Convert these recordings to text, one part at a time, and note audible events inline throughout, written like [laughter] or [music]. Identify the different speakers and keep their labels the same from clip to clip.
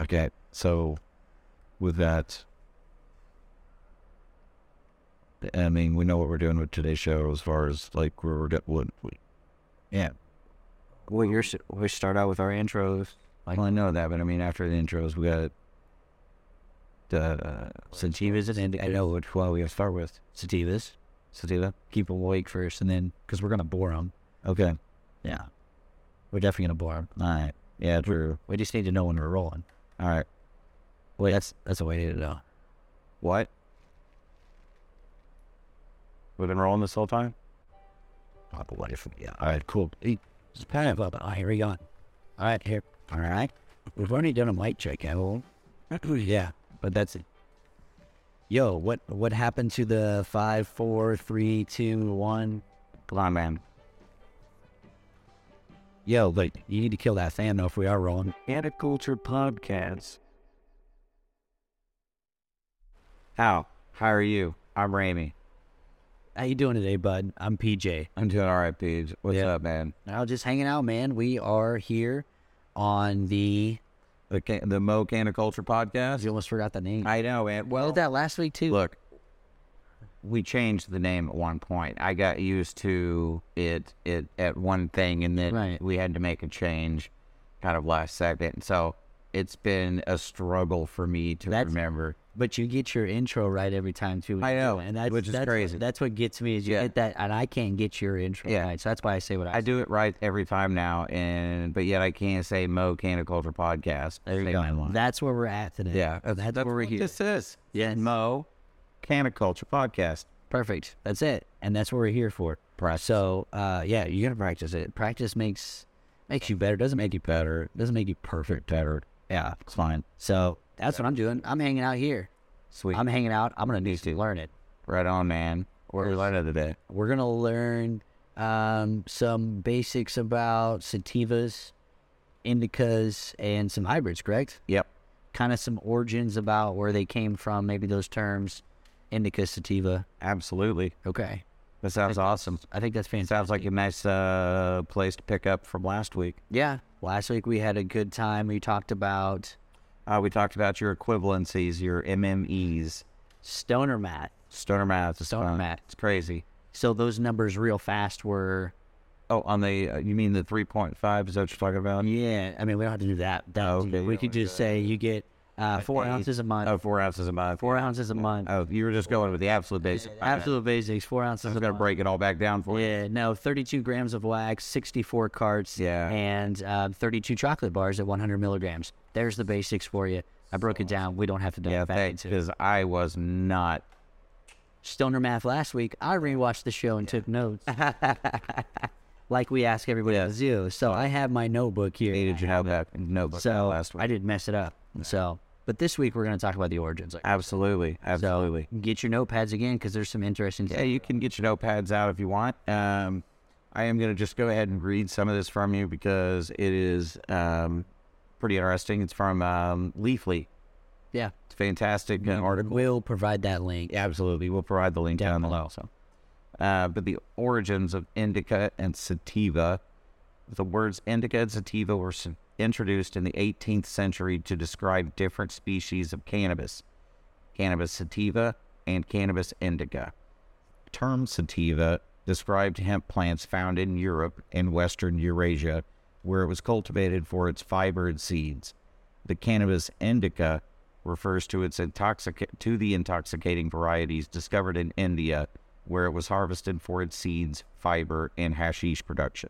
Speaker 1: Okay, so with that, I mean, we know what we're doing with today's show as far as like where we're get what we. Yeah,
Speaker 2: Well, you're, s- we start out with our intros.
Speaker 1: like, well, I know that, but I mean, after the intros, we got the uh,
Speaker 2: Sativas and indica. I know which one we gotta start with. Sativas.
Speaker 1: sativa.
Speaker 2: Keep them awake first, and then because we're gonna bore them.
Speaker 1: Okay,
Speaker 2: Yeah, we're definitely gonna bore them.
Speaker 1: all right, yeah, true.
Speaker 2: We just need to know when we're rolling.
Speaker 1: All right,
Speaker 2: Wait, that's that's a way to know.
Speaker 3: What? We've been rolling this whole time?
Speaker 2: Oh,
Speaker 1: what if? Yeah, all right, cool. Hey,
Speaker 2: It's kind of a. Oh, here we go. All right, here. All right. We've already done a mic check, haven't we? [clears throat] yeah, but that's it. Yo, what what happened to the five, four, three, two, one?
Speaker 3: Come on, man.
Speaker 2: Yo, like you need to kill that Thanos if we are rolling.
Speaker 3: Culture Podcast. How? How are you? I'm Ramey.
Speaker 2: How you doing today, bud? I'm PJ.
Speaker 3: I'm doing all right, Pete. What's
Speaker 2: Yeah.
Speaker 3: up, man?
Speaker 2: Now just hanging out, man. We are here on the.
Speaker 3: The, ca- the Mo Culture Podcast?
Speaker 2: You almost forgot the name.
Speaker 3: I know, man.
Speaker 2: I
Speaker 3: Well,
Speaker 2: did that last week too.
Speaker 3: look, we changed the name at one point. I got used to it, it at one thing, and then
Speaker 2: Right.
Speaker 3: we had to make a change kind of last second. So it's been a struggle for me to
Speaker 2: That's-
Speaker 3: remember.
Speaker 2: But you get your intro right every time too. when
Speaker 3: I
Speaker 2: you do
Speaker 3: know,
Speaker 2: it, and that's
Speaker 3: which is
Speaker 2: that's,
Speaker 3: crazy.
Speaker 2: That's what gets me is you
Speaker 3: Yeah.
Speaker 2: get that, and I can't get your intro
Speaker 3: Yeah.
Speaker 2: right. So that's why I say what I,
Speaker 3: I do it right every time now, and but yet I can't say Mo Canna Culture Podcast. There
Speaker 2: say. That's where we're at today.
Speaker 3: yeah,
Speaker 2: that's, where we're
Speaker 3: what
Speaker 2: here.
Speaker 3: This is yeah, Mo Canna Culture Podcast.
Speaker 2: Perfect. That's it, and that's what we're here for.
Speaker 3: Practice.
Speaker 2: So, uh, yeah, you gotta practice it. Practice makes makes you better. Doesn't make you better. Doesn't make you perfect. Better.
Speaker 1: yeah, it's fine.
Speaker 2: So that's what I'm doing. I'm hanging out here.
Speaker 3: Sweet,
Speaker 2: I'm hanging out. I'm gonna need to learn it.
Speaker 3: right on, man. What we learned today?
Speaker 2: We're gonna learn um, some basics about sativas, indicas, and some hybrids. Correct?
Speaker 3: Yep,
Speaker 2: Kind of some origins about where they came from. Maybe those terms, indica, sativa.
Speaker 3: absolutely.
Speaker 2: Okay.
Speaker 3: That sounds awesome.
Speaker 2: I think that's fantastic.
Speaker 3: Sounds like a nice uh, place to pick up from last week.
Speaker 2: Yeah. Last week we had a good time. We talked about
Speaker 3: Uh, we talked about your equivalencies, your MMEs,
Speaker 2: stoner mat.
Speaker 3: stoner math. is
Speaker 2: Stoner
Speaker 3: fun.
Speaker 2: math.
Speaker 3: It's crazy.
Speaker 2: So those numbers real fast were
Speaker 3: Oh, on the uh, you mean the three point five? Is that what you're talking about?
Speaker 2: yeah. I mean we don't have to do that. that
Speaker 3: Oh, okay,
Speaker 2: We
Speaker 3: yeah,
Speaker 2: could just say you get uh, four
Speaker 3: eight-
Speaker 2: ounces a month.
Speaker 3: Oh, four ounces a month.
Speaker 2: Four ounces a month.
Speaker 3: Oh, you were just going with the absolute basic.
Speaker 2: Absolute basics. Four ounces
Speaker 3: I'm
Speaker 2: a
Speaker 3: just gonna
Speaker 2: month.
Speaker 3: break it all back down for you.
Speaker 2: Yeah, no, 32 grams of wax, 64 carts,
Speaker 3: Yeah.
Speaker 2: and uh, 32 chocolate bars at 100 milligrams. There's the basics for you. I broke it down. We don't have to dive
Speaker 3: Yeah,
Speaker 2: back
Speaker 3: thanks.
Speaker 2: into it.
Speaker 3: Because I was not.
Speaker 2: Stoner Math last week. I rewatched the show and
Speaker 3: [laughs]
Speaker 2: took notes. like we ask everybody at the zoo. So I have my notebook here.
Speaker 3: Did you have that notebook
Speaker 2: so
Speaker 3: last week?
Speaker 2: I didn't mess it up. So, but this week we're going to talk about the origins. Like,
Speaker 3: absolutely, absolutely.
Speaker 2: get your notepads again because there's some interesting
Speaker 3: yeah, you can get your notepads out if you want. Um, I am gonna just go ahead and read some of this from you because it is um, pretty interesting. It's from um, Leafly.
Speaker 2: Yeah.
Speaker 3: It's a fantastic uh, article.
Speaker 2: We'll provide that link.
Speaker 3: Absolutely, we'll provide the link down below.
Speaker 2: So,
Speaker 3: uh, but the origins of indica and sativa. The words indica and sativa were s- introduced in the 18th century to describe different species of cannabis cannabis sativa and cannabis indica. The term sativa described hemp plants found in Europe and Western Eurasia, where it was cultivated for its fiber and seeds. The cannabis indica refers to its intoxic- to the intoxicating varieties discovered in India, where it was harvested for its seeds, fiber, and hashish production.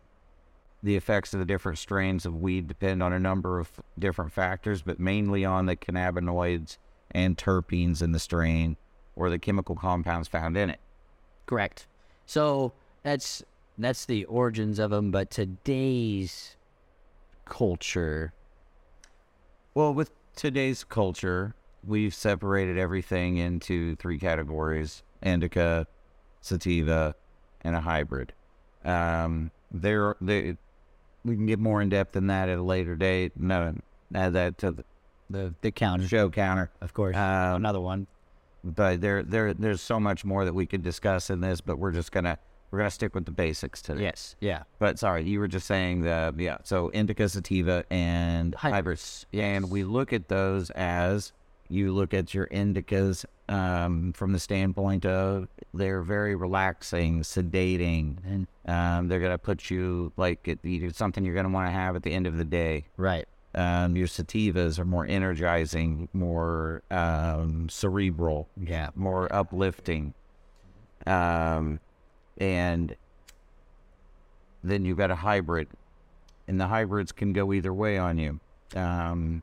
Speaker 3: The effects of the different strains of weed depend on a number of different factors, but mainly on the cannabinoids and terpenes in the strain or the chemical compounds found in it.
Speaker 2: correct. So that's that's the origins of them. But today's culture,
Speaker 3: Well, with today's culture, we've separated everything into three categories indica, sativa, and a hybrid. Um, there, they, we can get more in depth than that at a later date. No, add that to the,
Speaker 2: the the counter,
Speaker 3: show counter.
Speaker 2: of course,
Speaker 3: Um,
Speaker 2: another one.
Speaker 3: but there there there's so much more that we could discuss in this, but we're just gonna We're gonna stick with the basics today.
Speaker 2: Yes. Yeah.
Speaker 3: But sorry, you were just saying the yeah. So indica, sativa, and hybrids, and we look at those as you look at your indicas um, from the standpoint of they're very relaxing, sedating, and um, they're gonna put you like at, it's something you're gonna want to have at the end of the day.
Speaker 2: Right.
Speaker 3: Um, your sativas are more energizing, more um, cerebral,
Speaker 2: Yeah.
Speaker 3: more uplifting. Um, and then you've got a hybrid, and the hybrids can go either way on you. Um,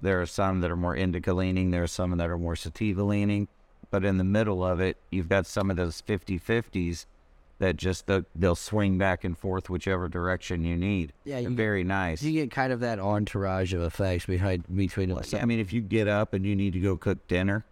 Speaker 3: there are some that are more indica leaning, there are some that are more sativa leaning, but in the middle of it, you've got some of those 50 50s that just they'll, they'll swing back and forth whichever direction you need.
Speaker 1: Yeah, you-
Speaker 3: very nice.
Speaker 1: You get kind of that entourage of effects behind between us.
Speaker 3: I mean, if you get up and you need to go cook dinner,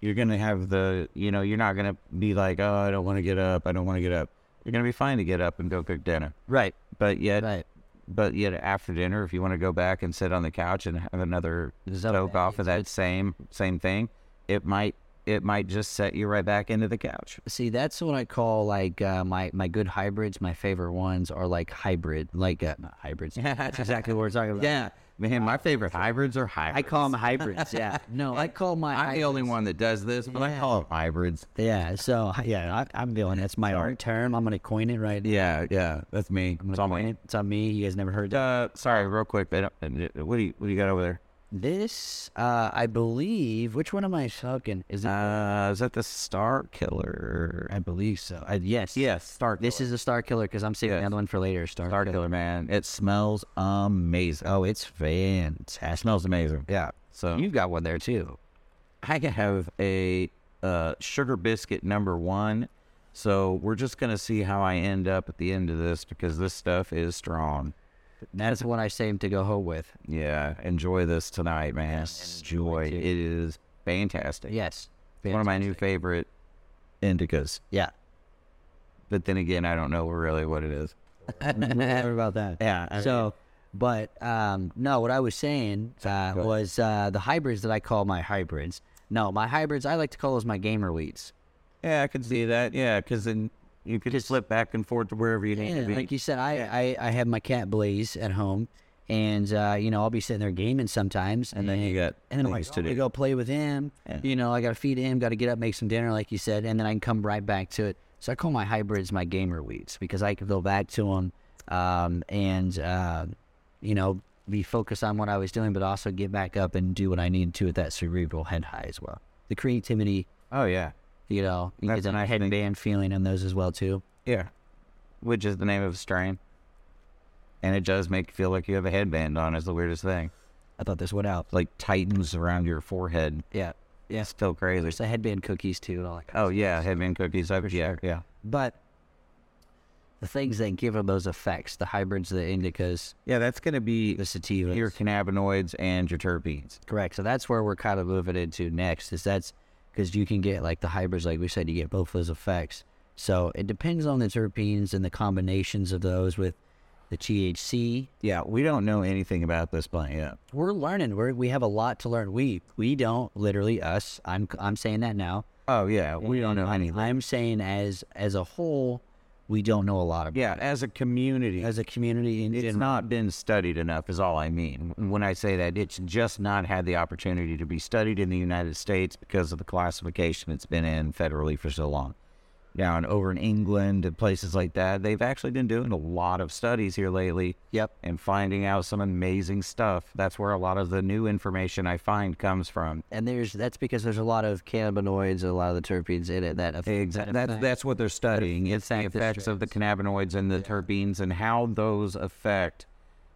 Speaker 3: you're gonna have the, you know, you're not gonna be like, oh, I don't want to get up, I don't want to get up. You're gonna be fine to get up and go cook dinner.
Speaker 2: Right.
Speaker 3: But yet,
Speaker 2: Right.
Speaker 3: but yet after dinner, if you want to go back and sit on the couch and have another soak off of that same same thing, it might it might just set you right back into the couch.
Speaker 2: See, that's what I call like uh, my my good hybrids. My favorite ones are like hybrid, like uh, not hybrids. [laughs] that's exactly what we're talking about.
Speaker 3: Yeah, man, my favorite hybrids are hybrids.
Speaker 2: I call them hybrids. [laughs] Yeah. No, I call my.
Speaker 3: I'm the only one that does this, but I call them hybrids.
Speaker 2: Yeah. So yeah, I, I'm feeling that's my art term. I'm gonna coin it right.
Speaker 3: Yeah, yeah, that's me. It's all me.
Speaker 2: It's on me. You guys never heard that.
Speaker 3: Uh, sorry, real quick. They don't, what do you what do you got over there?
Speaker 2: This, uh, I believe. Which one am I talking? Is it?
Speaker 3: Uh, is that the Star Killer?
Speaker 2: I believe so. I, yes.
Speaker 3: Yes, Star.
Speaker 2: This is a Star Killer because I'm saving
Speaker 3: Yes.
Speaker 2: the other one for later. Star.
Speaker 3: Star Killer, man. It smells amazing.
Speaker 2: Oh, it's
Speaker 3: it
Speaker 2: fantastic.
Speaker 3: smells amazing.
Speaker 2: Yeah.
Speaker 3: So
Speaker 2: You've got one there too.
Speaker 3: I can have a uh, sugar biscuit number one. So we're just gonna see how I end up at the end of this because this stuff is strong.
Speaker 2: That's the one I saved to go home with.
Speaker 3: Yeah, enjoy this tonight, man. enjoy. It is fantastic.
Speaker 2: Yes.
Speaker 3: one of my new favorite indicas.
Speaker 2: [laughs] Yeah.
Speaker 3: But then again, I don't know really what it is.
Speaker 2: Sorry about that.
Speaker 3: Yeah. I-
Speaker 2: So, but um, no, what I was saying uh, was uh, the hybrids that I call my hybrids. No, my hybrids I like to call as my gamer weeds.
Speaker 3: Yeah, I can see that. Yeah, because then you could just flip back and forth to wherever you need to
Speaker 2: Yeah,
Speaker 3: be.
Speaker 2: like you said, I, I, I have my cat Blaze at home, and uh, you know I'll be sitting there gaming sometimes, and,
Speaker 3: then you got
Speaker 2: and then I'm like,
Speaker 3: things
Speaker 2: oh,
Speaker 3: to
Speaker 2: I'm gonna
Speaker 3: do."
Speaker 2: go play with him.
Speaker 3: Yeah.
Speaker 2: You know, I gotta feed him, gotta get up, make some dinner, like you said, and then I can come right back to it. So I call my hybrids my gamer weeds because I can go back to them, um, and uh, you know be focused on what I was doing, but also get back up and do what I need to at that cerebral head high as well. The creativity,
Speaker 3: oh yeah,
Speaker 2: you know, you
Speaker 3: That's
Speaker 2: get
Speaker 3: a
Speaker 2: that headband feeling in those as well too.
Speaker 3: yeah. Which is the name of a strain, and it does make you feel like you have a headband on. Is the weirdest thing.
Speaker 2: I thought this one out.
Speaker 3: Like tightens around your forehead.
Speaker 2: Yeah.
Speaker 3: Yeah, it's still
Speaker 2: There's
Speaker 3: crazy.
Speaker 2: the headband cookies too and all that kind
Speaker 3: Oh
Speaker 2: of
Speaker 3: yeah, headband cookies. I've, yeah, yeah.
Speaker 2: But the things that give them those effects, the hybrids, the indicas,
Speaker 3: Yeah, that's gonna be
Speaker 2: the sativas.
Speaker 3: your cannabinoids and your terpenes.
Speaker 2: correct. So that's where we're kind of moving into next is that's because you can get like the hybrids, like we said, you get both those effects. So it depends on the terpenes and the combinations of those with the THC.
Speaker 3: Yeah, we don't know anything about this plant yet.
Speaker 2: We're learning. We're, we have a lot to learn. We we don't literally us. I'm I'm saying that now.
Speaker 3: Oh yeah, we don't know anything.
Speaker 2: I'm saying as as a whole, we don't know a lot about
Speaker 3: Yeah, as a community,
Speaker 2: as a community in
Speaker 3: It's
Speaker 2: general.
Speaker 3: not been studied enough, is all I mean. When I say that, it's just not had the opportunity to be studied in the United States because of the classification it's been in federally for so long. Down over in England and places like that, they've actually been doing a lot of studies here lately.
Speaker 2: Yep.
Speaker 3: And finding out some amazing stuff. That's where a lot of the new information I find comes from.
Speaker 2: and there's that's because there's a lot of cannabinoids and a lot of the terpenes in it that affect
Speaker 3: Exactly. That's, that's what they're studying. It's the effects of the cannabinoids and the terpenes and how those affect,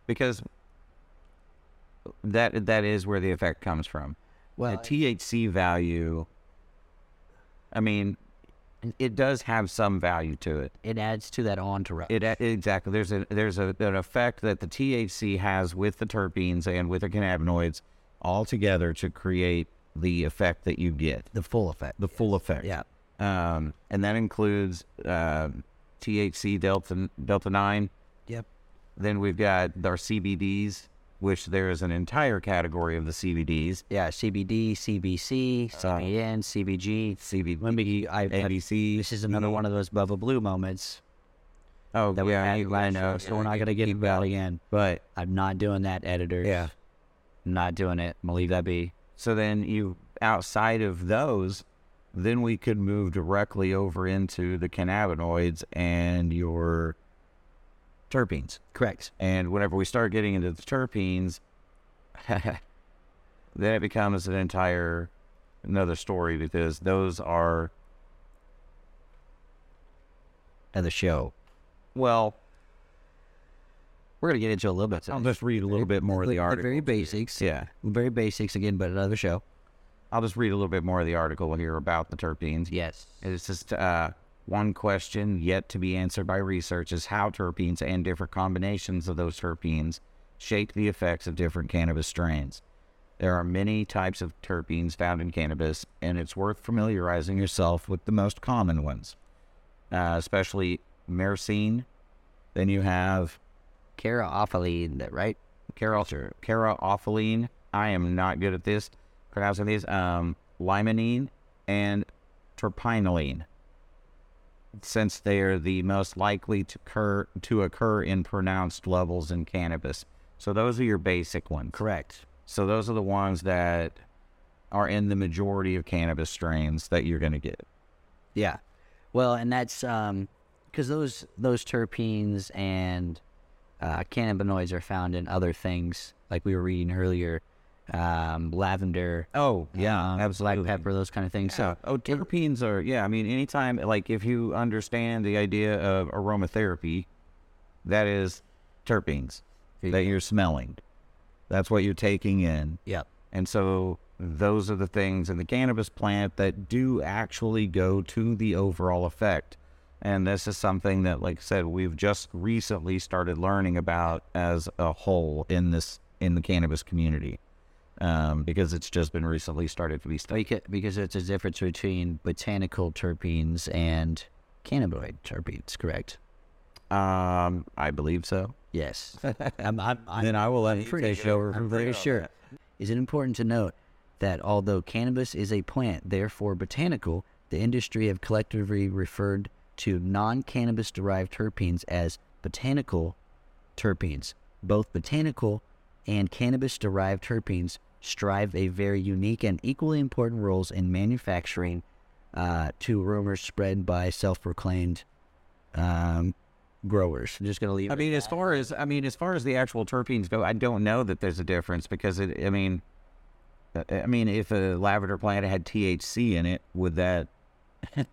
Speaker 3: because that that is where the effect comes from.
Speaker 2: well
Speaker 3: the THC value. I mean, it does have some value to it.
Speaker 2: it adds to that entourage
Speaker 3: It a- exactly. There's a there's a, an effect that the THC has with the terpenes and with the cannabinoids all together to create the effect that you get
Speaker 2: the full effect
Speaker 3: the full effect.
Speaker 2: Yeah.
Speaker 3: Um, and that includes
Speaker 1: uh,
Speaker 3: um THC delta delta nine.
Speaker 2: yep
Speaker 3: Then we've got our CBDs, which there is an entire category of the CBDs.
Speaker 2: yeah CBD CBC CBN CBG
Speaker 3: CBD,
Speaker 2: Remember, you- I, I
Speaker 3: NBC.
Speaker 2: Mm-hmm. this is another one of those Bubba Blue moments
Speaker 1: Oh,
Speaker 2: that
Speaker 1: yeah,
Speaker 2: we
Speaker 1: you-
Speaker 2: had. I
Speaker 1: you-
Speaker 2: know. So we're not gonna get into that again. But I'm not doing that, editors.
Speaker 4: Yeah.
Speaker 2: I'm not doing it. I'm gonna leave that be.
Speaker 1: So then you outside of those, then we could move directly over into the cannabinoids and your terpenes.
Speaker 2: Correct.
Speaker 1: And whenever we start getting into the terpenes, [laughs] then it becomes an entire another story because those are
Speaker 2: Another show.
Speaker 1: well,
Speaker 2: We're gonna get into a little bit.
Speaker 3: I'll
Speaker 2: today.
Speaker 3: just read a little bit more of the
Speaker 2: Like,
Speaker 3: article.
Speaker 2: Very basics.
Speaker 1: yeah.
Speaker 2: Very basics again, but another show.
Speaker 1: I'll just read a little bit more of the article here about the terpenes.
Speaker 2: Yes.
Speaker 1: It's just uh, one question yet to be answered by research is how terpenes and different combinations of those terpenes shape the effects of different cannabis strains. There are many types of terpenes found in cannabis, and it's worth familiarizing yourself with the most common ones, uh, especially myrcene. Then you have
Speaker 2: Cara Offaline, right?
Speaker 1: Carol, Cara Opheline. I am not good at this pronouncing these. Um, limonene and terpenoline, since they are the most likely to occur to occur in pronounced levels in cannabis. So those are your basic ones.
Speaker 2: Correct.
Speaker 1: So those are the ones that are in the majority of cannabis strains that you're going to get.
Speaker 2: Yeah. Well, and that's um because those those terpenes and uh, cannabinoids are found in other things, like we were reading earlier, um, lavender.
Speaker 1: Oh yeah,
Speaker 2: um,
Speaker 1: absolutely.
Speaker 2: Black pepper, those kind of things.
Speaker 1: Yeah. Oh, terpenes are yeah. I mean, anytime like if you understand the idea of aromatherapy, that is terpenes that you're smelling. That's what you're taking in,
Speaker 2: Yep.
Speaker 1: and so those are the things in the cannabis plant that do actually go to the overall effect. And this is something that, like I said, we've just recently started learning about as a whole in this in the cannabis community, um, because it's just been recently started to be studied.
Speaker 2: Because, because it's a difference between botanical terpenes and cannabinoid terpenes, correct?
Speaker 1: Um, I believe so.
Speaker 2: Yes. [laughs] I'm, I'm, I'm
Speaker 3: Then I will let you
Speaker 2: pretty
Speaker 3: take over
Speaker 2: sure.
Speaker 3: from
Speaker 2: I'm pretty
Speaker 3: there.
Speaker 2: sure. Is it important to note that although cannabis is a plant, therefore botanical, the industry have collectively referred to non-cannabis derived terpenes as botanical terpenes. Both botanical and cannabis derived terpenes strive a very unique and equally important roles in manufacturing uh, to rumors spread by self-proclaimed um, growers. I'm just going to leave
Speaker 1: I
Speaker 2: it
Speaker 1: mean, as far as I mean, as far as the actual terpenes go, I don't know that there's a difference because it. I mean, uh, [laughs] I mean, if a lavender plant had THC in it, would that [laughs]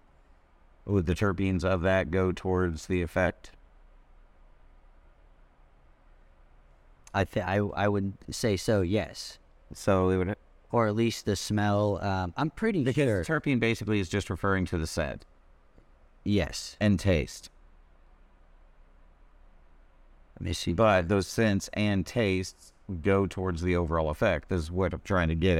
Speaker 1: would the terpenes of that go towards the effect?
Speaker 2: I th- I I would say so, yes,
Speaker 1: So it would.
Speaker 2: or at least the smell. Um, I'm pretty sure.
Speaker 1: Terpene basically is just referring to the scent
Speaker 2: yes,
Speaker 1: and taste,
Speaker 2: let me see.
Speaker 1: but those scents and tastes go towards the overall effect. Is what I'm trying to get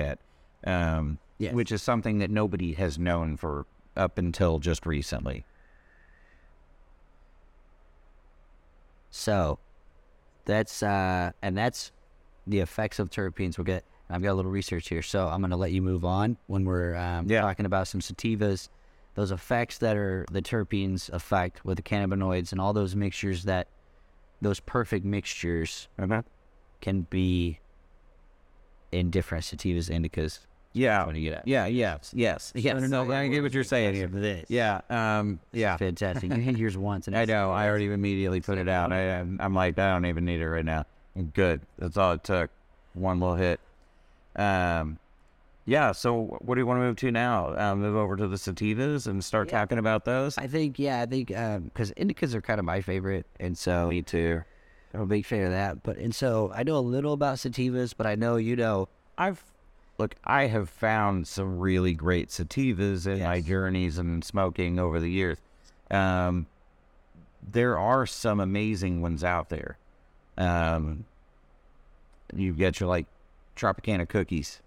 Speaker 1: at. Um,
Speaker 2: Yes.
Speaker 1: which is something that nobody has known for up until just recently.
Speaker 2: So that's uh, and that's the effects of terpenes. We'll get. I've got a little research here, so I'm going to let you move on when we're um,
Speaker 1: Yeah.
Speaker 2: talking about some sativas, those effects that are the terpenes effect with the cannabinoids and all those mixtures that those perfect mixtures can be in different sativas indicas.
Speaker 1: Yeah.
Speaker 2: That's what you get at.
Speaker 1: Yeah. Yes. Yes.
Speaker 2: Yes.
Speaker 1: No, no, no, I get what you're saying. here.
Speaker 2: This.
Speaker 1: Yeah. Um. Yeah. [laughs]
Speaker 2: Fantastic. You hit yours once, and
Speaker 1: I
Speaker 2: it's-
Speaker 1: know. I already immediately put it out. I, I'm I'm like, I don't even need it right now. I'm good. That's all it took. One little hit. Um. Yeah. So, what do you want to move to now?
Speaker 3: Uh,
Speaker 1: Um, move over to the sativas and start talking about those.
Speaker 2: I think, yeah, I think because indicas are kind of my favorite, and so me too. I'm a big fan of that. But and so I know a little about sativas, but I know you know.
Speaker 1: I've look, I have found some really great sativas in my journeys and smoking over the years. Um, there are some amazing ones out there. Um, you've got your like Tropicana cookies,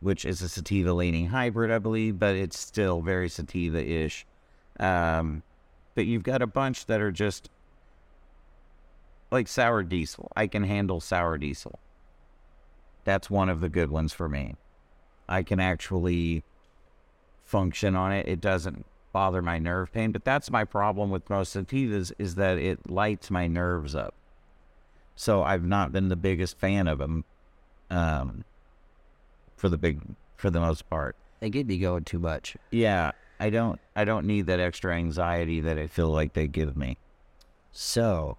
Speaker 1: which is a sativa leaning hybrid, I believe, but it's still very sativa ish. Um, but you've got a bunch that are just like sour diesel. I can handle sour diesel that's one of the good ones for me. I can actually function on it. It doesn't
Speaker 3: bother my nerve pain. But that's my problem with most sativas is that it lights my nerves up. So I've not been the biggest fan of them, um, for the big for the most part.
Speaker 2: They get me going too much.
Speaker 3: Yeah, I don't I don't need that extra anxiety that I feel like they give me.
Speaker 2: So,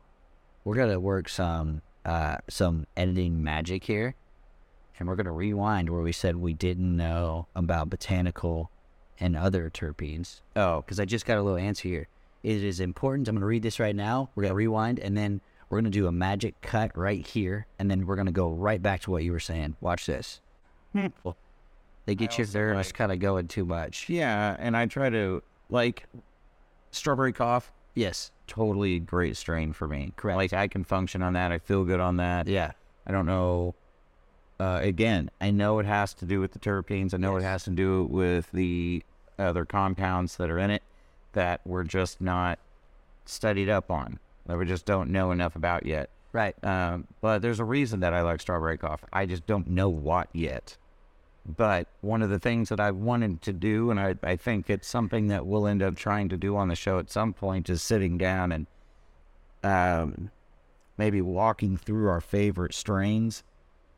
Speaker 2: we're gonna work some uh, some editing magic here, and we're gonna rewind where we said we didn't know about botanical and other terpenes.
Speaker 3: Oh,
Speaker 2: Because I just got a little answer here. It is important. I'm gonna read this right now. We're gonna rewind, and then we're gonna do a magic cut right here, and then we're gonna go right back to what you were saying. Watch this.
Speaker 1: Hmm.
Speaker 2: they get your nerves kind of going too much.
Speaker 3: yeah, and I try to like strawberry cough.
Speaker 2: Yes.
Speaker 3: Totally great strain for me. Correct. Like I can function on that. I feel good on that.
Speaker 2: Yeah.
Speaker 3: I don't know. Uh, again, I know it has to do with the terpenes. I know it has to do with the other compounds that are in it that we're just not studied up on, that we just don't know enough about yet.
Speaker 2: Right.
Speaker 3: Um, but there's a reason that I like strawberry coffee. I just don't know what yet. But one of the things that I've wanted to do, and I, I think it's something that we'll end up trying to do on the show at some point, is sitting down and um, maybe walking through our favorite strains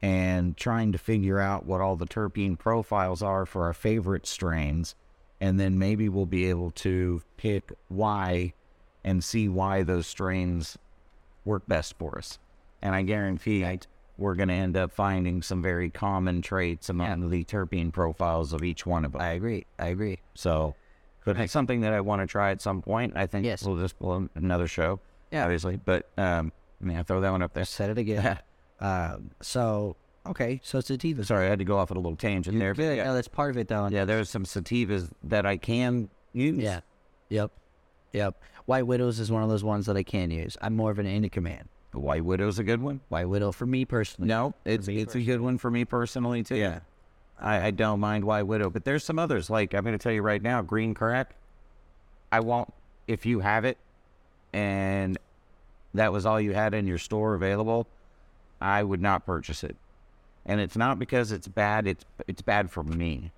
Speaker 3: and trying to figure out what all the terpene profiles are for our favorite strains. And then maybe we'll be able to pick why and see why those strains work best for us. And I guarantee we're going to end up finding some very common traits among the terpene profiles of each one of them.
Speaker 2: I agree. I agree.
Speaker 3: So, but it's something that I want to try at some point. I think
Speaker 2: Yes.
Speaker 3: we'll just pull another show,
Speaker 2: Yeah.
Speaker 3: obviously. But um, man, throw that one up there.
Speaker 2: Said it again. um, so okay, so sativas.
Speaker 3: Sorry, I had to go off on a little tangent there. But
Speaker 2: Yeah,
Speaker 3: yeah,
Speaker 2: that's part of it though.
Speaker 3: yeah, there's some sativas that I can use.
Speaker 2: Yeah. Yep. Yep. White Widows is one of those ones that I can use. I'm more of an indica man.
Speaker 3: The White Widow's a good one.
Speaker 2: White Widow for me personally.
Speaker 3: No, it's it's a good one for me personally too. Yeah, I, I don't mind White Widow, but there's some others. Like I'm going to tell you right now, Green Crack. I won't if you have it, and that was all you had in your store available. I would not purchase it, and it's not because it's bad. It's it's bad for me.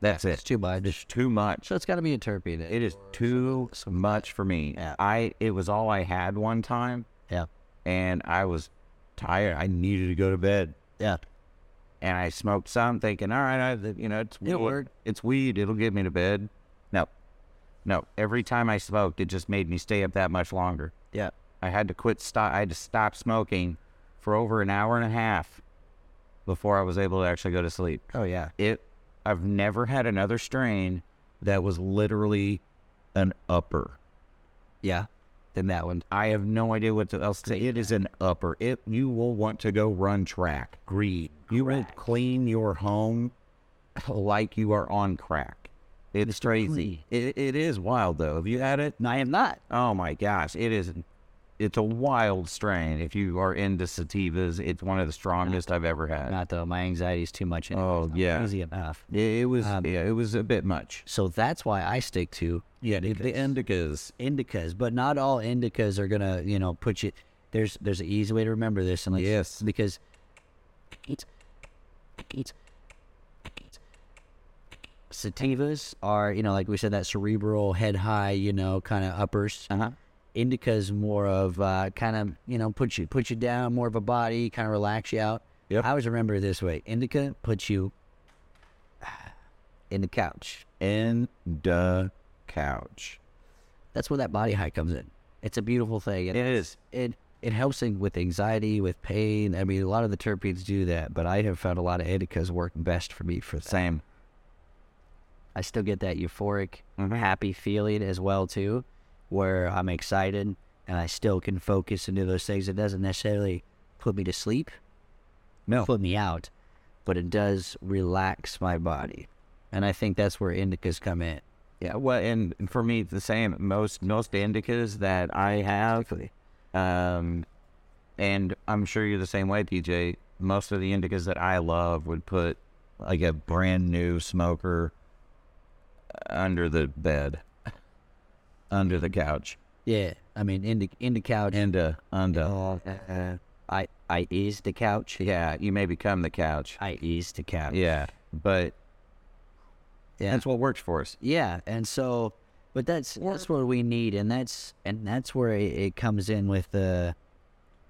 Speaker 3: That's
Speaker 2: It's
Speaker 3: it.
Speaker 2: too much.
Speaker 3: It's too much.
Speaker 2: So it's got to be a terpene.
Speaker 3: It is too much for me.
Speaker 2: Yeah.
Speaker 3: I it was all I had one time,
Speaker 2: Yeah.
Speaker 3: and I was tired. I needed to go to bed.
Speaker 2: Yeah.
Speaker 3: and I smoked some, thinking, all right, I, you know, it's
Speaker 2: It'll
Speaker 3: weed.
Speaker 2: work.
Speaker 3: It's weed. It'll get me to bed. No, no. Every time I smoked, it just made me stay up that much longer.
Speaker 2: Yeah.
Speaker 3: I had to quit. Stop. I had to stop smoking for over an hour and a half before I was able to actually go to sleep.
Speaker 2: Oh yeah.
Speaker 3: It. I've never had another strain that was literally an upper.
Speaker 2: Yeah. Then that one.
Speaker 3: I have no idea what else to say. It is an upper. It you will want to go run track. Green. You will clean your home like you are on crack. It's crazy. It, it is wild though. Have you had it?
Speaker 2: No, I am not.
Speaker 3: Oh my gosh, it is. It's a wild strain. If you are into sativas, it's one of the strongest I've ever had.
Speaker 2: Not though. My anxiety is too much. anyway.
Speaker 3: Oh,
Speaker 2: It's not
Speaker 3: yeah.
Speaker 2: Easy enough.
Speaker 3: It, it was.
Speaker 2: Um,
Speaker 3: yeah, it was a bit much.
Speaker 2: So that's why I stick to
Speaker 3: Yeah, the, the indicas.
Speaker 2: indicas, but not all indicas are gonna, you know, put you. There's there's an easy way to remember this, and like,
Speaker 3: Yes.
Speaker 2: because it, it, it, sativas are, you know, like we said, that cerebral, head high, you know, kind of uppers.
Speaker 3: Uh huh.
Speaker 2: Indicas more of uh, kind of, you know, put you put you down, more of a body, kind of relax you out.
Speaker 3: Yep.
Speaker 2: I always remember it this way: indica puts you in the couch.
Speaker 3: In the couch.
Speaker 2: that's where that body high comes in. It's a beautiful thing. and
Speaker 3: It is.
Speaker 2: It it helps in with anxiety, with pain. I mean, a lot of the terpenes do that, but I have found a lot of indicas work best for me for that.
Speaker 3: Same.
Speaker 2: I still get that euphoric,
Speaker 3: Mm-hmm.
Speaker 2: happy feeling as well too, where I'm excited and I still can focus and do those things. It doesn't necessarily put me to sleep,
Speaker 3: No.
Speaker 2: put me out, but it does relax my body, and I think that's where indicas come in.
Speaker 3: Yeah, well, and for me, the same. Most most indicas that I have, um, and I'm sure you're the same way, PJ. Most of the indicas that I love would put like a brand new smoker under the bed, under the couch,
Speaker 2: Yeah, I mean, in the in the couch. uh,
Speaker 3: into under.
Speaker 2: I I ease the couch.
Speaker 3: Yeah, you may become the couch.
Speaker 2: I ease the couch.
Speaker 3: Yeah, but
Speaker 2: Yeah.
Speaker 3: That's what works for us.
Speaker 2: Yeah, and so, but that's that's what we need, and that's and that's where it, it comes in with the.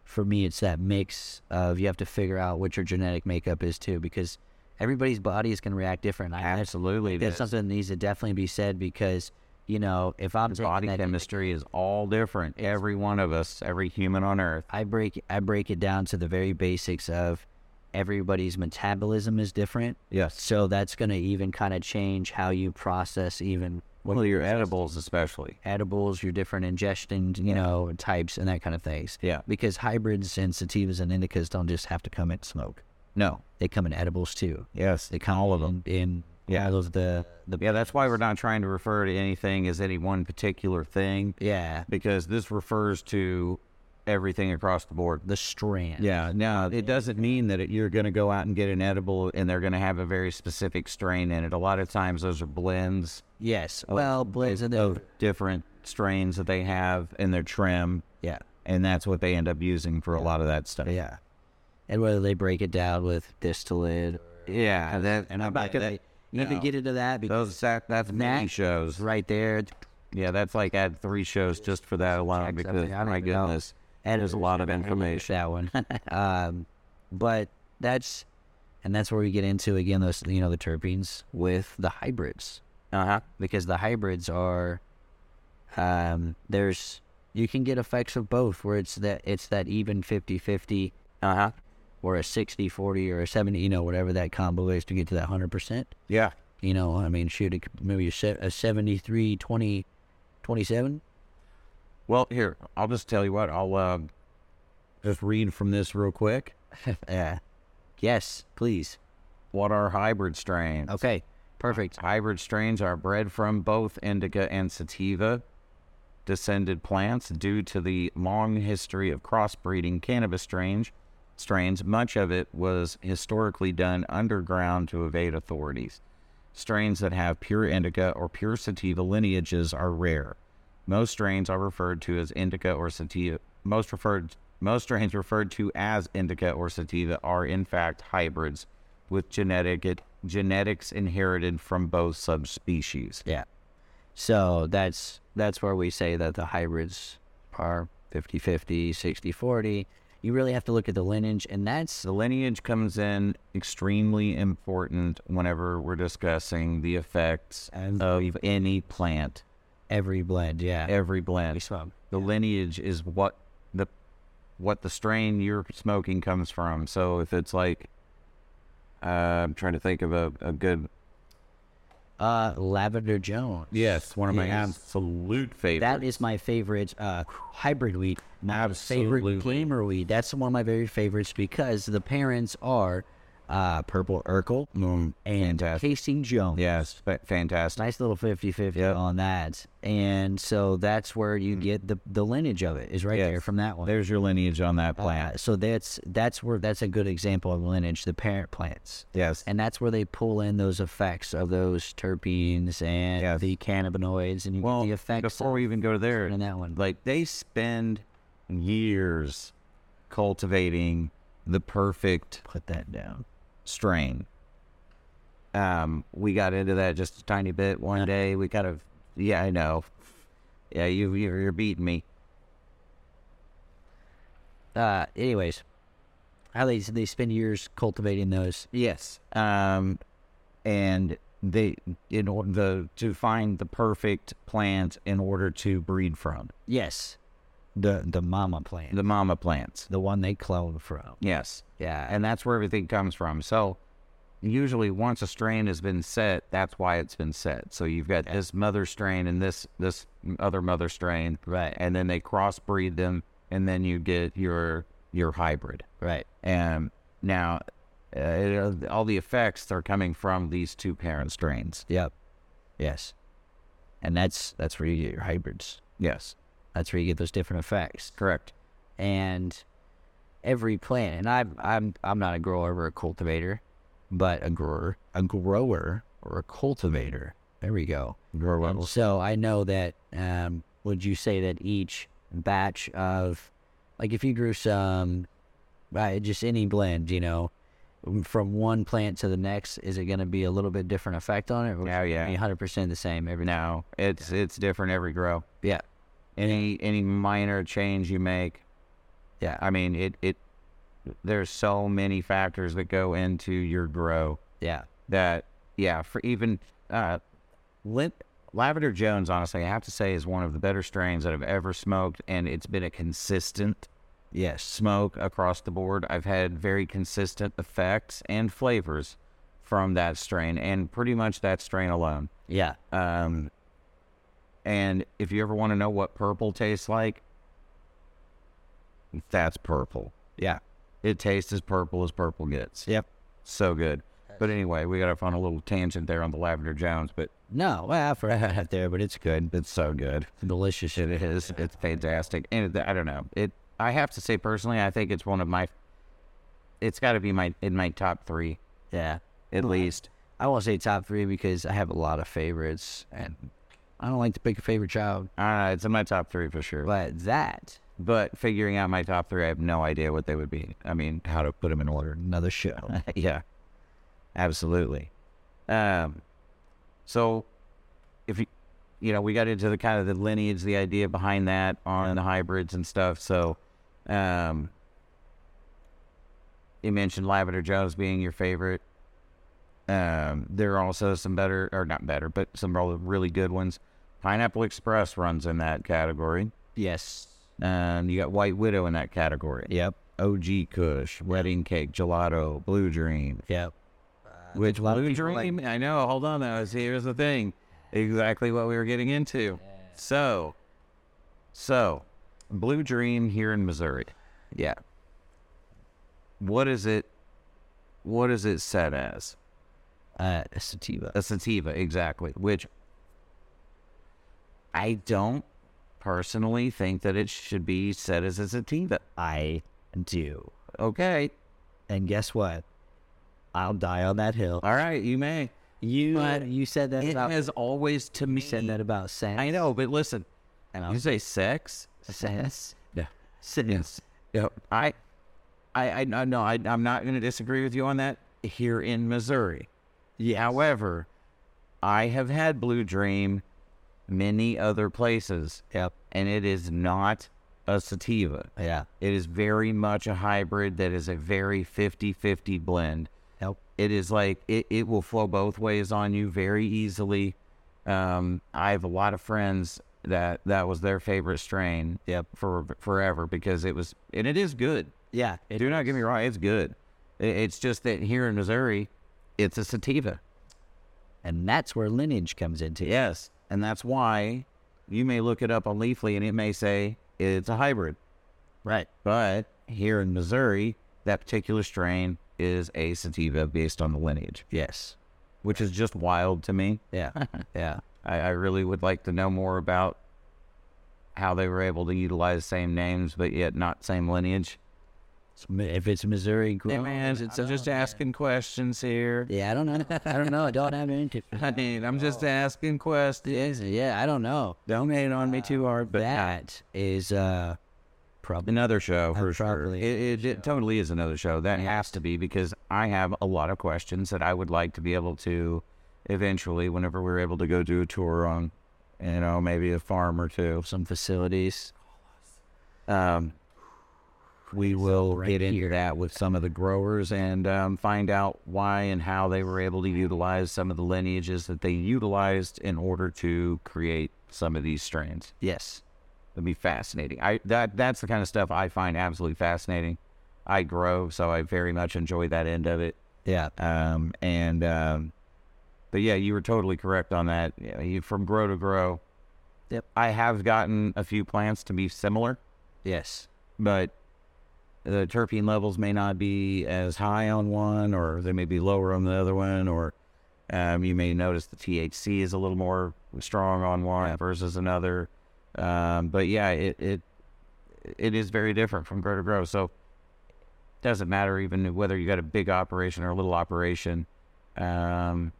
Speaker 2: For me, it's that mix of you have to figure out what your genetic makeup is too, because everybody's body is going to react different. I, that's,
Speaker 3: Absolutely.
Speaker 2: that's something that needs to definitely be said because you know if I'm taking
Speaker 3: body
Speaker 2: that-
Speaker 3: chemistry is all different. Every one of us, every human on earth.
Speaker 2: I break I break it down to the very basics of everybody's metabolism is different.
Speaker 3: Yes.
Speaker 2: So that's going to even kind of change how you process even
Speaker 3: Well, your edibles especially.
Speaker 2: edibles, your different ingestion, you know, types and that kind of things.
Speaker 3: Yeah.
Speaker 2: Because hybrids and sativas and indicas don't just have to come in smoke.
Speaker 3: No.
Speaker 2: They come in edibles too.
Speaker 3: Yes.
Speaker 2: They come all of them in
Speaker 3: Yeah.
Speaker 2: all of the the
Speaker 3: Yeah, that's why we're not trying to refer to anything as any one particular thing
Speaker 2: yeah,
Speaker 3: because this refers to everything across the board.
Speaker 2: the strand.
Speaker 3: Yeah, no, it doesn't mean that it, you're going to go out and get an edible and they're going to have a very specific strain in it. A lot of times those are blends
Speaker 2: Yes.
Speaker 3: Oh,
Speaker 2: Well, blends and
Speaker 3: of different strains that they have in their trim,
Speaker 2: yeah.
Speaker 3: and that's what they end up using for a lot of that stuff.
Speaker 2: Yeah. And whether they break it down with distillate
Speaker 3: Yeah, that,
Speaker 2: and I'm not gonna even get into that because
Speaker 3: those that, that's many
Speaker 2: That-
Speaker 3: shows.
Speaker 2: right there
Speaker 3: Yeah, that's like add three shows just for that alone
Speaker 2: Exactly.
Speaker 3: because
Speaker 2: I don't
Speaker 3: my
Speaker 2: even know.
Speaker 3: goodness,
Speaker 2: that
Speaker 3: there's a lot of information.
Speaker 2: [laughs]
Speaker 3: [laughs]
Speaker 2: that one. um, but that's and that's where we get into again those you know the terpenes with the hybrids
Speaker 3: Uh
Speaker 2: Uh-huh,
Speaker 3: huh.
Speaker 2: because the hybrids are um, there's you can get effects of both where it's that it's that even 50-50
Speaker 3: Uh
Speaker 2: uh-huh.
Speaker 3: huh.
Speaker 2: or a 60-40 or a 70 you know whatever that combo is to get to that 100%
Speaker 3: Yeah.
Speaker 2: you know i mean shoot it, could- maybe a, se- a 73 20 27
Speaker 3: Well, here I'll just tell you what I'll um, just read from this real quick.
Speaker 2: [laughs] yeah yes please
Speaker 3: What are hybrid strains?
Speaker 2: okay perfect
Speaker 3: Hybrid strains are bred from both indica and sativa descended plants due to the long history of crossbreeding cannabis strains. Strains, much of it was historically done underground to evade authorities. Strains that have pure indica or pure sativa lineages are rare. Most strains are referred to as indica or sativa. Most referred most strains referred to as indica or sativa are in fact hybrids with genetic genetics inherited from both subspecies.
Speaker 2: Yeah. So that's that's where we say that the hybrids are 50-50, 60-40. You really have to look at the lineage and that's
Speaker 3: The lineage comes in extremely important whenever we're discussing the effects
Speaker 2: And-
Speaker 3: of any plant,
Speaker 2: every blend, yeah.
Speaker 3: every blend.
Speaker 2: smoke.
Speaker 3: The lineage is what the what the strain you're smoking comes from. So if it's like uh, I'm trying to think of a, a good
Speaker 2: Uh Lavender Jones.
Speaker 3: yes, one of my
Speaker 2: Yes.
Speaker 3: absolute favorites.
Speaker 2: That is my favorite uh, hybrid weed. My favorite gamer weed. That's one of my very favorites because the parents are uh, Purple Urkel and
Speaker 3: Mm, fantastic.
Speaker 2: Casing Jones.
Speaker 3: yes, fa- fantastic.
Speaker 2: Nice little 50-50 on that. And so that's where you get the, the lineage of it is right
Speaker 3: Mm. Yes.
Speaker 2: there from that one.
Speaker 3: There's your lineage on that plant.
Speaker 2: Uh, so that's that's where that's a good example of lineage, the parent plants,
Speaker 3: yes,
Speaker 2: and that's where they pull in those effects of those terpenes and
Speaker 3: Yes.
Speaker 2: the cannabinoids and you get
Speaker 3: well,
Speaker 2: the effects
Speaker 3: before
Speaker 2: of-
Speaker 3: we even go there,
Speaker 2: in that one.
Speaker 3: like they spend years cultivating the perfect
Speaker 2: put that down.
Speaker 3: strain. Um, we got into that just a tiny bit one day. We kind of, yeah, I know. Yeah, you you're, you're beating me.
Speaker 2: Uh, anyways, how they they spend years cultivating those.
Speaker 3: Yes. Um, and they in order the, to find the perfect plant in order to breed from
Speaker 2: Yes, the the mama plant,
Speaker 3: the mama plants.
Speaker 2: the one they clone from.
Speaker 3: Yes.
Speaker 2: Yeah,
Speaker 3: and that's where everything comes from. So usually once a strain has been set, that's why it's been set. So you've got this mother strain and this this other mother strain,
Speaker 2: Right.
Speaker 3: And then they crossbreed them, and then you get your your hybrid.
Speaker 2: right.
Speaker 3: And now uh, it, all the effects are coming from these two parent strains.
Speaker 2: Yep. Yes. And that's that's where you get your hybrids.
Speaker 3: Yes,
Speaker 2: That's where you get those different effects.
Speaker 3: correct.
Speaker 2: and every plant. And I'm I'm I'm not a grower or a cultivator, but a grower, a grower or a cultivator. There we go.
Speaker 3: Grow
Speaker 2: So I know that. Um, would you say that each batch of, like, if you grew some, uh, just any blend, you know, from one plant to the next? Is it going to be a little bit different effect on it? Or
Speaker 3: Oh, yeah.
Speaker 2: hundred percent the same every now.
Speaker 3: No, it's it's different every grow.
Speaker 2: Yeah,
Speaker 3: Any any minor change you make,
Speaker 2: yeah,
Speaker 3: I mean it it. There's so many factors that go into your grow
Speaker 2: yeah.
Speaker 3: that yeah for even uh,
Speaker 2: Limp.
Speaker 3: Lavender Jones, honestly, I have to say is one of the better strains that I've ever smoked, and it's been a consistent
Speaker 2: Yes.
Speaker 3: smoke across the board. I've had very consistent effects and flavors from that strain, and pretty much that strain alone.
Speaker 2: Yeah.
Speaker 3: Um, and if you ever want to know what purple tastes like, that's purple.
Speaker 2: Yeah.
Speaker 3: It tastes as purple as purple gets.
Speaker 5: Yep.
Speaker 3: So good. But anyway, we got off on a little tangent there on the Lavender Jones, but
Speaker 2: No. Well, I forgot [laughs] out there, but it's good.
Speaker 3: it's so good.
Speaker 2: Delicious.
Speaker 3: It is. It's fantastic, and it- I don't know. It. I have to say personally, I think it's one of my. It's got to be my in my top three
Speaker 2: Yeah.
Speaker 3: at least.
Speaker 2: I won't say top three because I have a lot of favorites, and I don't like to pick a favorite child.
Speaker 3: Uh, it's in my top three for sure. But,
Speaker 2: But that,
Speaker 3: figuring out my top three, I have no idea what they would be. I mean,
Speaker 5: How to put them in order. Another show.
Speaker 3: [laughs] yeah, absolutely. Um, so if you, you know, we got into the kind of the lineage, the idea behind that on the hybrids and stuff. So, um, you mentioned Lavender Jones being your favorite. Um, there are also some better, or not better, but some really- really good ones. Pineapple Express runs in that category.
Speaker 2: yes,
Speaker 3: Um, you got White Widow in that category.
Speaker 5: Yep.
Speaker 3: OG Kush, Wedding Cake, Gelato, Blue Dream.
Speaker 2: yeah,
Speaker 3: Which
Speaker 2: lot of
Speaker 3: Blue
Speaker 2: people
Speaker 3: Dream? I know. Hold on, though. See, Here's the thing. Exactly what we were getting into. So, so Blue Dream here in Missouri.
Speaker 2: yeah.
Speaker 3: What is it? What is it set as?
Speaker 2: Uh, sativa.
Speaker 3: A sativa, exactly. Which I don't personally think that it should be set as a sativa.
Speaker 1: I do.
Speaker 3: Okay.
Speaker 1: And guess what? I'll die on that hill.
Speaker 3: All right. You may.
Speaker 2: You you said that
Speaker 3: It
Speaker 2: about
Speaker 3: has always to me.
Speaker 2: you said that about sex.
Speaker 3: I know, but listen.
Speaker 2: And
Speaker 3: You
Speaker 2: I'm
Speaker 3: say sex?
Speaker 2: sex.
Speaker 1: Yeah.
Speaker 2: Yes.
Speaker 3: Yep. I, I, I no, no, I, I'm not going to disagree with you on that. Here in Missouri, however, I have had Blue Dream many other places,
Speaker 2: Yep.
Speaker 3: and it is not a sativa.
Speaker 2: Yeah.
Speaker 3: It is very much a hybrid that is a very 50-50 blend.
Speaker 2: Yep.
Speaker 3: It is like it, it will flow both ways on you very easily. Um, I have a lot of friends that that was their favorite strain
Speaker 2: Yep.
Speaker 3: for forever because it was and it is good.
Speaker 2: Yeah.
Speaker 3: Do not get me wrong, it's good. I- It's just that here in Missouri, it's a sativa.
Speaker 2: And that's where lineage comes into. it.
Speaker 3: Yes, and that's why you may look it up on Leafly and it may say it's a hybrid.
Speaker 2: Right.
Speaker 3: But here in Missouri, that particular strain is a sativa based on the lineage,
Speaker 2: Yes.
Speaker 3: which is just wild to me. [laughs]
Speaker 2: Yeah. yeah.
Speaker 3: I, I really would like to know more about how they were able to utilize same names but yet not same lineage.
Speaker 2: It's Mi- If it's Missouri, grown,
Speaker 3: it's just asking questions here.
Speaker 2: yeah, I don't know. I don't know. I don't have any.
Speaker 3: [laughs]
Speaker 2: [laughs]
Speaker 3: I mean, I'm just asking questions.
Speaker 2: Yeah, I don't know.
Speaker 3: Don't hate on me too hard, but
Speaker 2: That is uh, probably
Speaker 3: another show for sure.
Speaker 2: probably
Speaker 3: It, it, it totally is another show. That has to be because I have a lot of questions that I would like to be able to eventually, whenever we're able to go do a tour on, you know, maybe a farm or two.
Speaker 2: some facilities.
Speaker 3: Um, we will get into that with some of the growers and um, find out why and how they were able to utilize some of the lineages that they utilized in order to create some of these strains.
Speaker 2: Yes.
Speaker 3: That'd be fascinating. I that that's the kind of stuff I find absolutely fascinating. I grow, so I very much enjoy that end of it.
Speaker 2: Yeah.
Speaker 3: Um, and um, but yeah, you were totally correct on that. Yeah, you- From grow to grow,
Speaker 2: Yep.
Speaker 3: I have gotten a few plants to be similar,
Speaker 2: Yes.
Speaker 3: but the terpene levels may not be as high on one, or they may be lower on the other one, or um, you may notice the THC is a little more strong on one versus another. Um, but yeah, it, it it is very different from grow to grow. So doesn't matter even whether you got a big operation or a little operation. Um,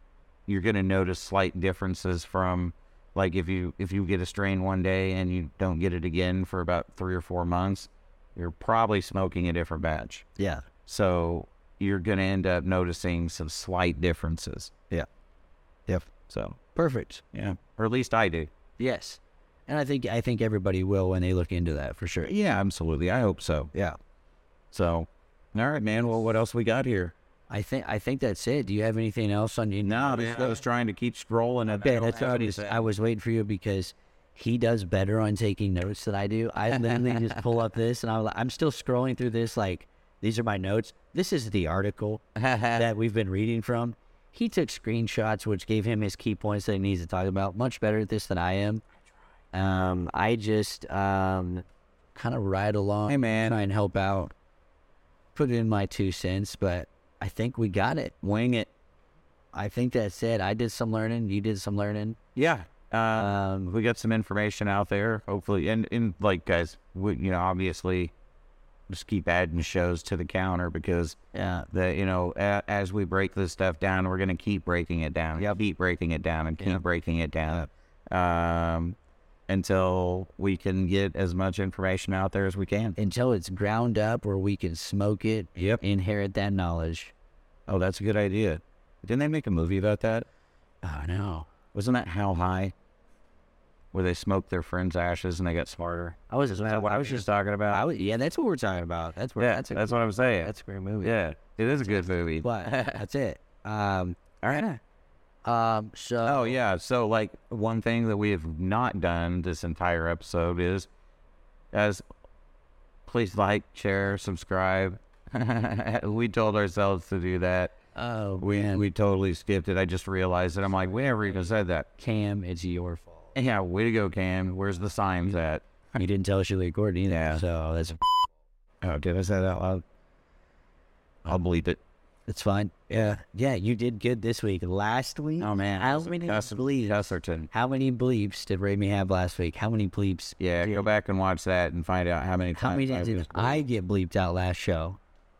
Speaker 3: you're going to notice slight differences from like if you if you get a strain one day and you don't get it again for about three or four months, you're probably smoking a different batch.
Speaker 2: Yeah.
Speaker 3: So you're going to end up noticing some slight differences.
Speaker 1: Yep.
Speaker 3: So,
Speaker 2: Perfect.
Speaker 1: Yeah.
Speaker 3: or at least I do.
Speaker 2: Yes. And I think I think everybody will when they look into that for sure.
Speaker 3: Yeah, absolutely. I hope so.
Speaker 1: Yeah.
Speaker 3: So, all right, man. Well, what else we got here?
Speaker 2: I think I think that's it. Do you have anything else on you?
Speaker 3: No, just- I was trying to keep scrolling. at
Speaker 2: Yeah, that's what I was, I was waiting for you because he does better on taking notes than I do. I literally just pull up this and I'm like, I'm still scrolling through this like these are my notes. This is
Speaker 3: [laughs]
Speaker 2: the article that we've been reading from. He took screenshots, which gave him his key points that he needs to talk about. Much better at this than I am. Um, I just um, kind of ride along,
Speaker 3: Hey, man.
Speaker 2: try and help out, put in my two cents. But I think we got it.
Speaker 3: Wing it.
Speaker 2: I think that's it. I did some learning. You did some learning.
Speaker 3: Yeah. Um, we got some information out there, hopefully. And, and like, guys, we, you know, obviously, just keep adding shows to the counter because
Speaker 2: Yeah.
Speaker 3: that you know a, as we break this stuff down we're going to keep breaking it down keep breaking it down and keep breaking it down um, until we can get as much information out there as we can
Speaker 2: until it's ground up where we can smoke it,
Speaker 3: Yep.
Speaker 2: inherit that knowledge.
Speaker 3: oh that's a good idea didn't they make a movie about that
Speaker 2: Oh no.
Speaker 3: wasn't that how high where they smoked their friends ashes and they got smarter
Speaker 2: I was just
Speaker 3: Is that what i was just talking about
Speaker 2: I was, yeah, that's what we're talking about. That's where
Speaker 3: yeah
Speaker 2: that's
Speaker 3: that's,
Speaker 2: a
Speaker 3: what i'm saying
Speaker 2: that's a great movie.
Speaker 3: yeah it is a good movie [laughs]
Speaker 2: But that's it. Um
Speaker 3: all right
Speaker 2: um so
Speaker 3: Oh yeah. So like one thing that we have not done this entire episode is as please like, share, subscribe. [laughs] we told ourselves to do that.
Speaker 2: oh
Speaker 3: We
Speaker 2: man.
Speaker 3: we totally skipped it. I just realized it. I'm like, we never even said that.
Speaker 2: Cam, it's your fault.
Speaker 3: Yeah, way to go, Cam. Where's the signs at?
Speaker 2: You didn't tell us you recorded either.
Speaker 3: Yeah.
Speaker 2: So that's
Speaker 1: Oh, did I say that out loud? I'll believe it.
Speaker 2: it's fine. Yeah. Yeah, you did good this week. Last week
Speaker 3: Oh man.
Speaker 2: how many bleeps
Speaker 3: Cusserton.
Speaker 2: how many bleeps did Raimi have last week? How many bleeps
Speaker 3: Yeah, go back and watch that and find out how many times.
Speaker 2: how many
Speaker 3: I
Speaker 2: did
Speaker 3: was-
Speaker 2: I get bleeped out last show?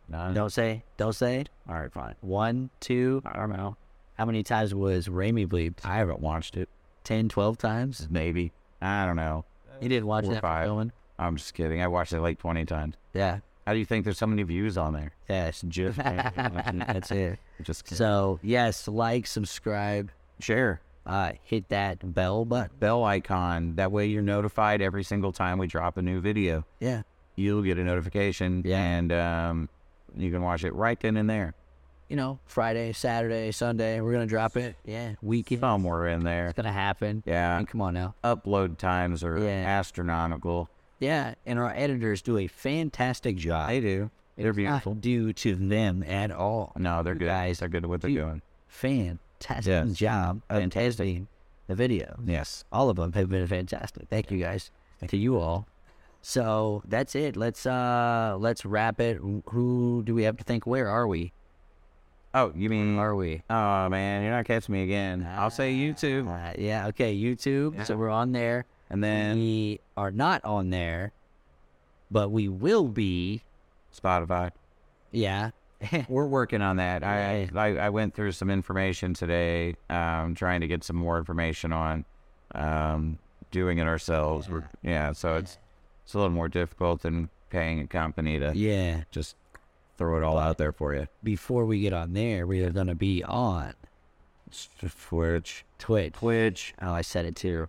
Speaker 3: None.
Speaker 2: Don't say. Don't say it.
Speaker 3: All right, fine.
Speaker 2: One, two, I don't know. How many times was Raimi bleeped?
Speaker 3: I haven't watched it.
Speaker 2: 10, 12 times?
Speaker 3: Maybe. I don't know.
Speaker 2: He didn't watch
Speaker 3: Four or
Speaker 2: that
Speaker 3: five.
Speaker 2: film.
Speaker 3: I'm just kidding. I watched it like 20 times.
Speaker 2: Yeah.
Speaker 3: How do you think there's so many views on there?
Speaker 2: Yes.
Speaker 3: [laughs] Just
Speaker 2: That's it.
Speaker 3: just
Speaker 2: So, yes, like, subscribe,
Speaker 3: share
Speaker 2: uh, hit that bell button.
Speaker 3: bell icon. That way you're notified every single time we drop a new video.
Speaker 2: Yeah.
Speaker 3: You'll get a notification,
Speaker 2: Yeah.
Speaker 3: and um, you can watch it right then and there.
Speaker 2: You know, Friday, Saturday, Sunday, we're going to drop it. Yeah. Weekend.
Speaker 3: Somewhere in there,
Speaker 2: It's going to happen.
Speaker 3: yeah.
Speaker 2: And come on now.
Speaker 3: Upload times are
Speaker 2: Yeah.
Speaker 3: astronomical.
Speaker 2: Yeah. And our editors do a fantastic job.
Speaker 3: They do. They're beautiful.
Speaker 2: Not due to them at all.
Speaker 3: No, they're good.
Speaker 2: guys
Speaker 3: they're good at what they're
Speaker 2: do-
Speaker 3: doing.
Speaker 2: Fantastic
Speaker 1: Yes.
Speaker 2: job. Fantastic. Uh, The video.
Speaker 1: Yes.
Speaker 2: all of them have been fantastic. Thank you guys. to you all. So that's it. Let's uh let's wrap it. Who do we have to think? Where are we?
Speaker 3: Oh, you mean?
Speaker 2: Are we?
Speaker 3: Oh man, you're not catching me again. I'll say YouTube,
Speaker 2: Uh, yeah. Okay. YouTube. So we're on there.
Speaker 3: and then
Speaker 2: we are not on there, but we will be.
Speaker 3: Spotify.
Speaker 2: Yeah.
Speaker 3: We're working on that. I, I I went through some information today, um, trying to get some more information on um, doing it ourselves. We're, yeah, so it's it's a little more difficult than paying a company to
Speaker 2: [laughs] yeah.
Speaker 1: Just throw it all out there for you.
Speaker 2: Before we get on there, we are gonna be on
Speaker 1: Twitch.
Speaker 2: Twitch.
Speaker 3: Twitch.
Speaker 2: Oh, I said it too.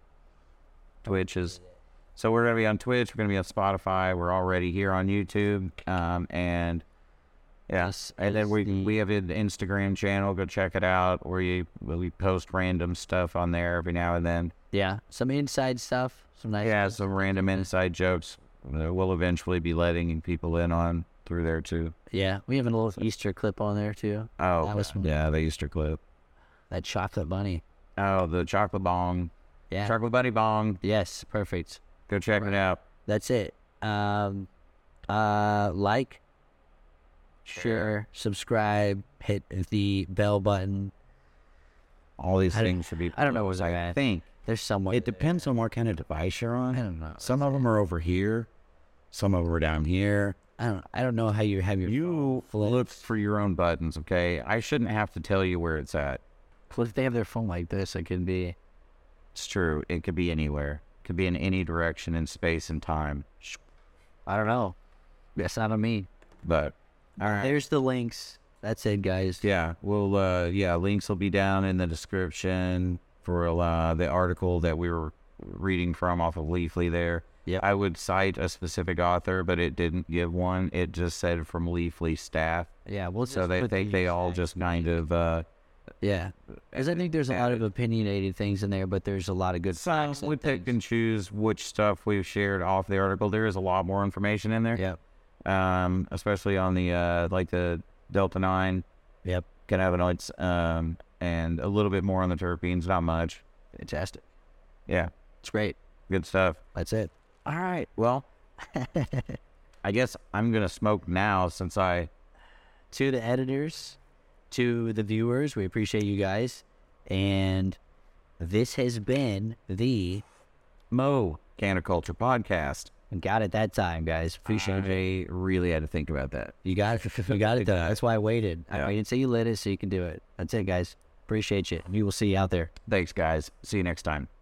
Speaker 3: Twitch is so we're gonna be on Twitch. We're gonna be on Spotify. We're already here on YouTube, um, and yes, and then we we have an Instagram channel. Go check it out. Where you we post random stuff on there every now and then.
Speaker 2: Yeah. Some inside stuff. Some nice.
Speaker 3: Yeah, some random inside jokes that we'll eventually be letting people in on through there too.
Speaker 2: Yeah. We have a little Easter clip on there too.
Speaker 3: Oh,
Speaker 2: That was
Speaker 1: Yeah, the Easter clip.
Speaker 2: that chocolate bunny.
Speaker 3: oh, the chocolate bong,
Speaker 2: Yeah.
Speaker 3: chocolate bunny bong.
Speaker 2: yes. Perfect.
Speaker 3: Go check it out.
Speaker 2: That's it. Um, uh, like, share, subscribe, hit the bell button.
Speaker 1: All these
Speaker 2: I don't-
Speaker 1: things should be.
Speaker 2: I don't know what was I at.
Speaker 3: Think
Speaker 2: There's someone.
Speaker 1: It depends on what kind of device you're
Speaker 2: I
Speaker 1: on.
Speaker 2: don't know.
Speaker 1: Some of them are over here. Some of them are down here.
Speaker 2: I don't. I don't know how you have your.
Speaker 3: you
Speaker 2: flip.
Speaker 3: look for your own buttons, okay? I shouldn't have to tell you where it's at.
Speaker 2: If they have their phone like this, it could be.
Speaker 3: It's true. It could be anywhere. It could be in any direction in space and time.
Speaker 2: I don't know. That's not on me.
Speaker 3: But all right,
Speaker 2: There's the links. That's it, guys.
Speaker 3: Yeah, well, uh, yeah, links will be down in the description for uh, the article that we were reading from off of Leafly. There,
Speaker 2: Yep.
Speaker 3: I would cite a specific author, but it didn't give one. It just said from Leafly staff,
Speaker 2: Yeah, we'll
Speaker 3: so
Speaker 2: just
Speaker 3: they
Speaker 2: put
Speaker 3: think
Speaker 2: the
Speaker 3: they all
Speaker 2: exact-
Speaker 3: just kind of uh,
Speaker 2: yeah. Because I think there's a lot of opinionated things in there, but there's a lot of good.
Speaker 3: some
Speaker 2: facts and
Speaker 3: we pick
Speaker 2: things.
Speaker 3: and choose which stuff we've shared off the article. There is a lot more information in there.
Speaker 2: Yep.
Speaker 3: um, especially on the uh, like the Delta Nine.
Speaker 2: Yep.
Speaker 3: Cannabinoids, um, and a little bit more on the terpenes, not much.
Speaker 2: Fantastic.
Speaker 3: Yeah,
Speaker 2: It's great.
Speaker 3: good stuff.
Speaker 2: That's it.
Speaker 3: All right, well, [laughs] I guess I'm gonna smoke now since I
Speaker 2: to the editors, to the viewers. We appreciate you guys. And this has been the
Speaker 3: Mo Canaculture Podcast.
Speaker 2: got it that time, guys. Appreciate it.
Speaker 3: I really had to think about that.
Speaker 2: You got it. [laughs] You got it. Though. That's why I waited. I
Speaker 3: Yeah.
Speaker 2: waited until you lit it so you can do it. That's it, guys. Appreciate you. We will see you out there.
Speaker 3: Thanks, guys. See you next time.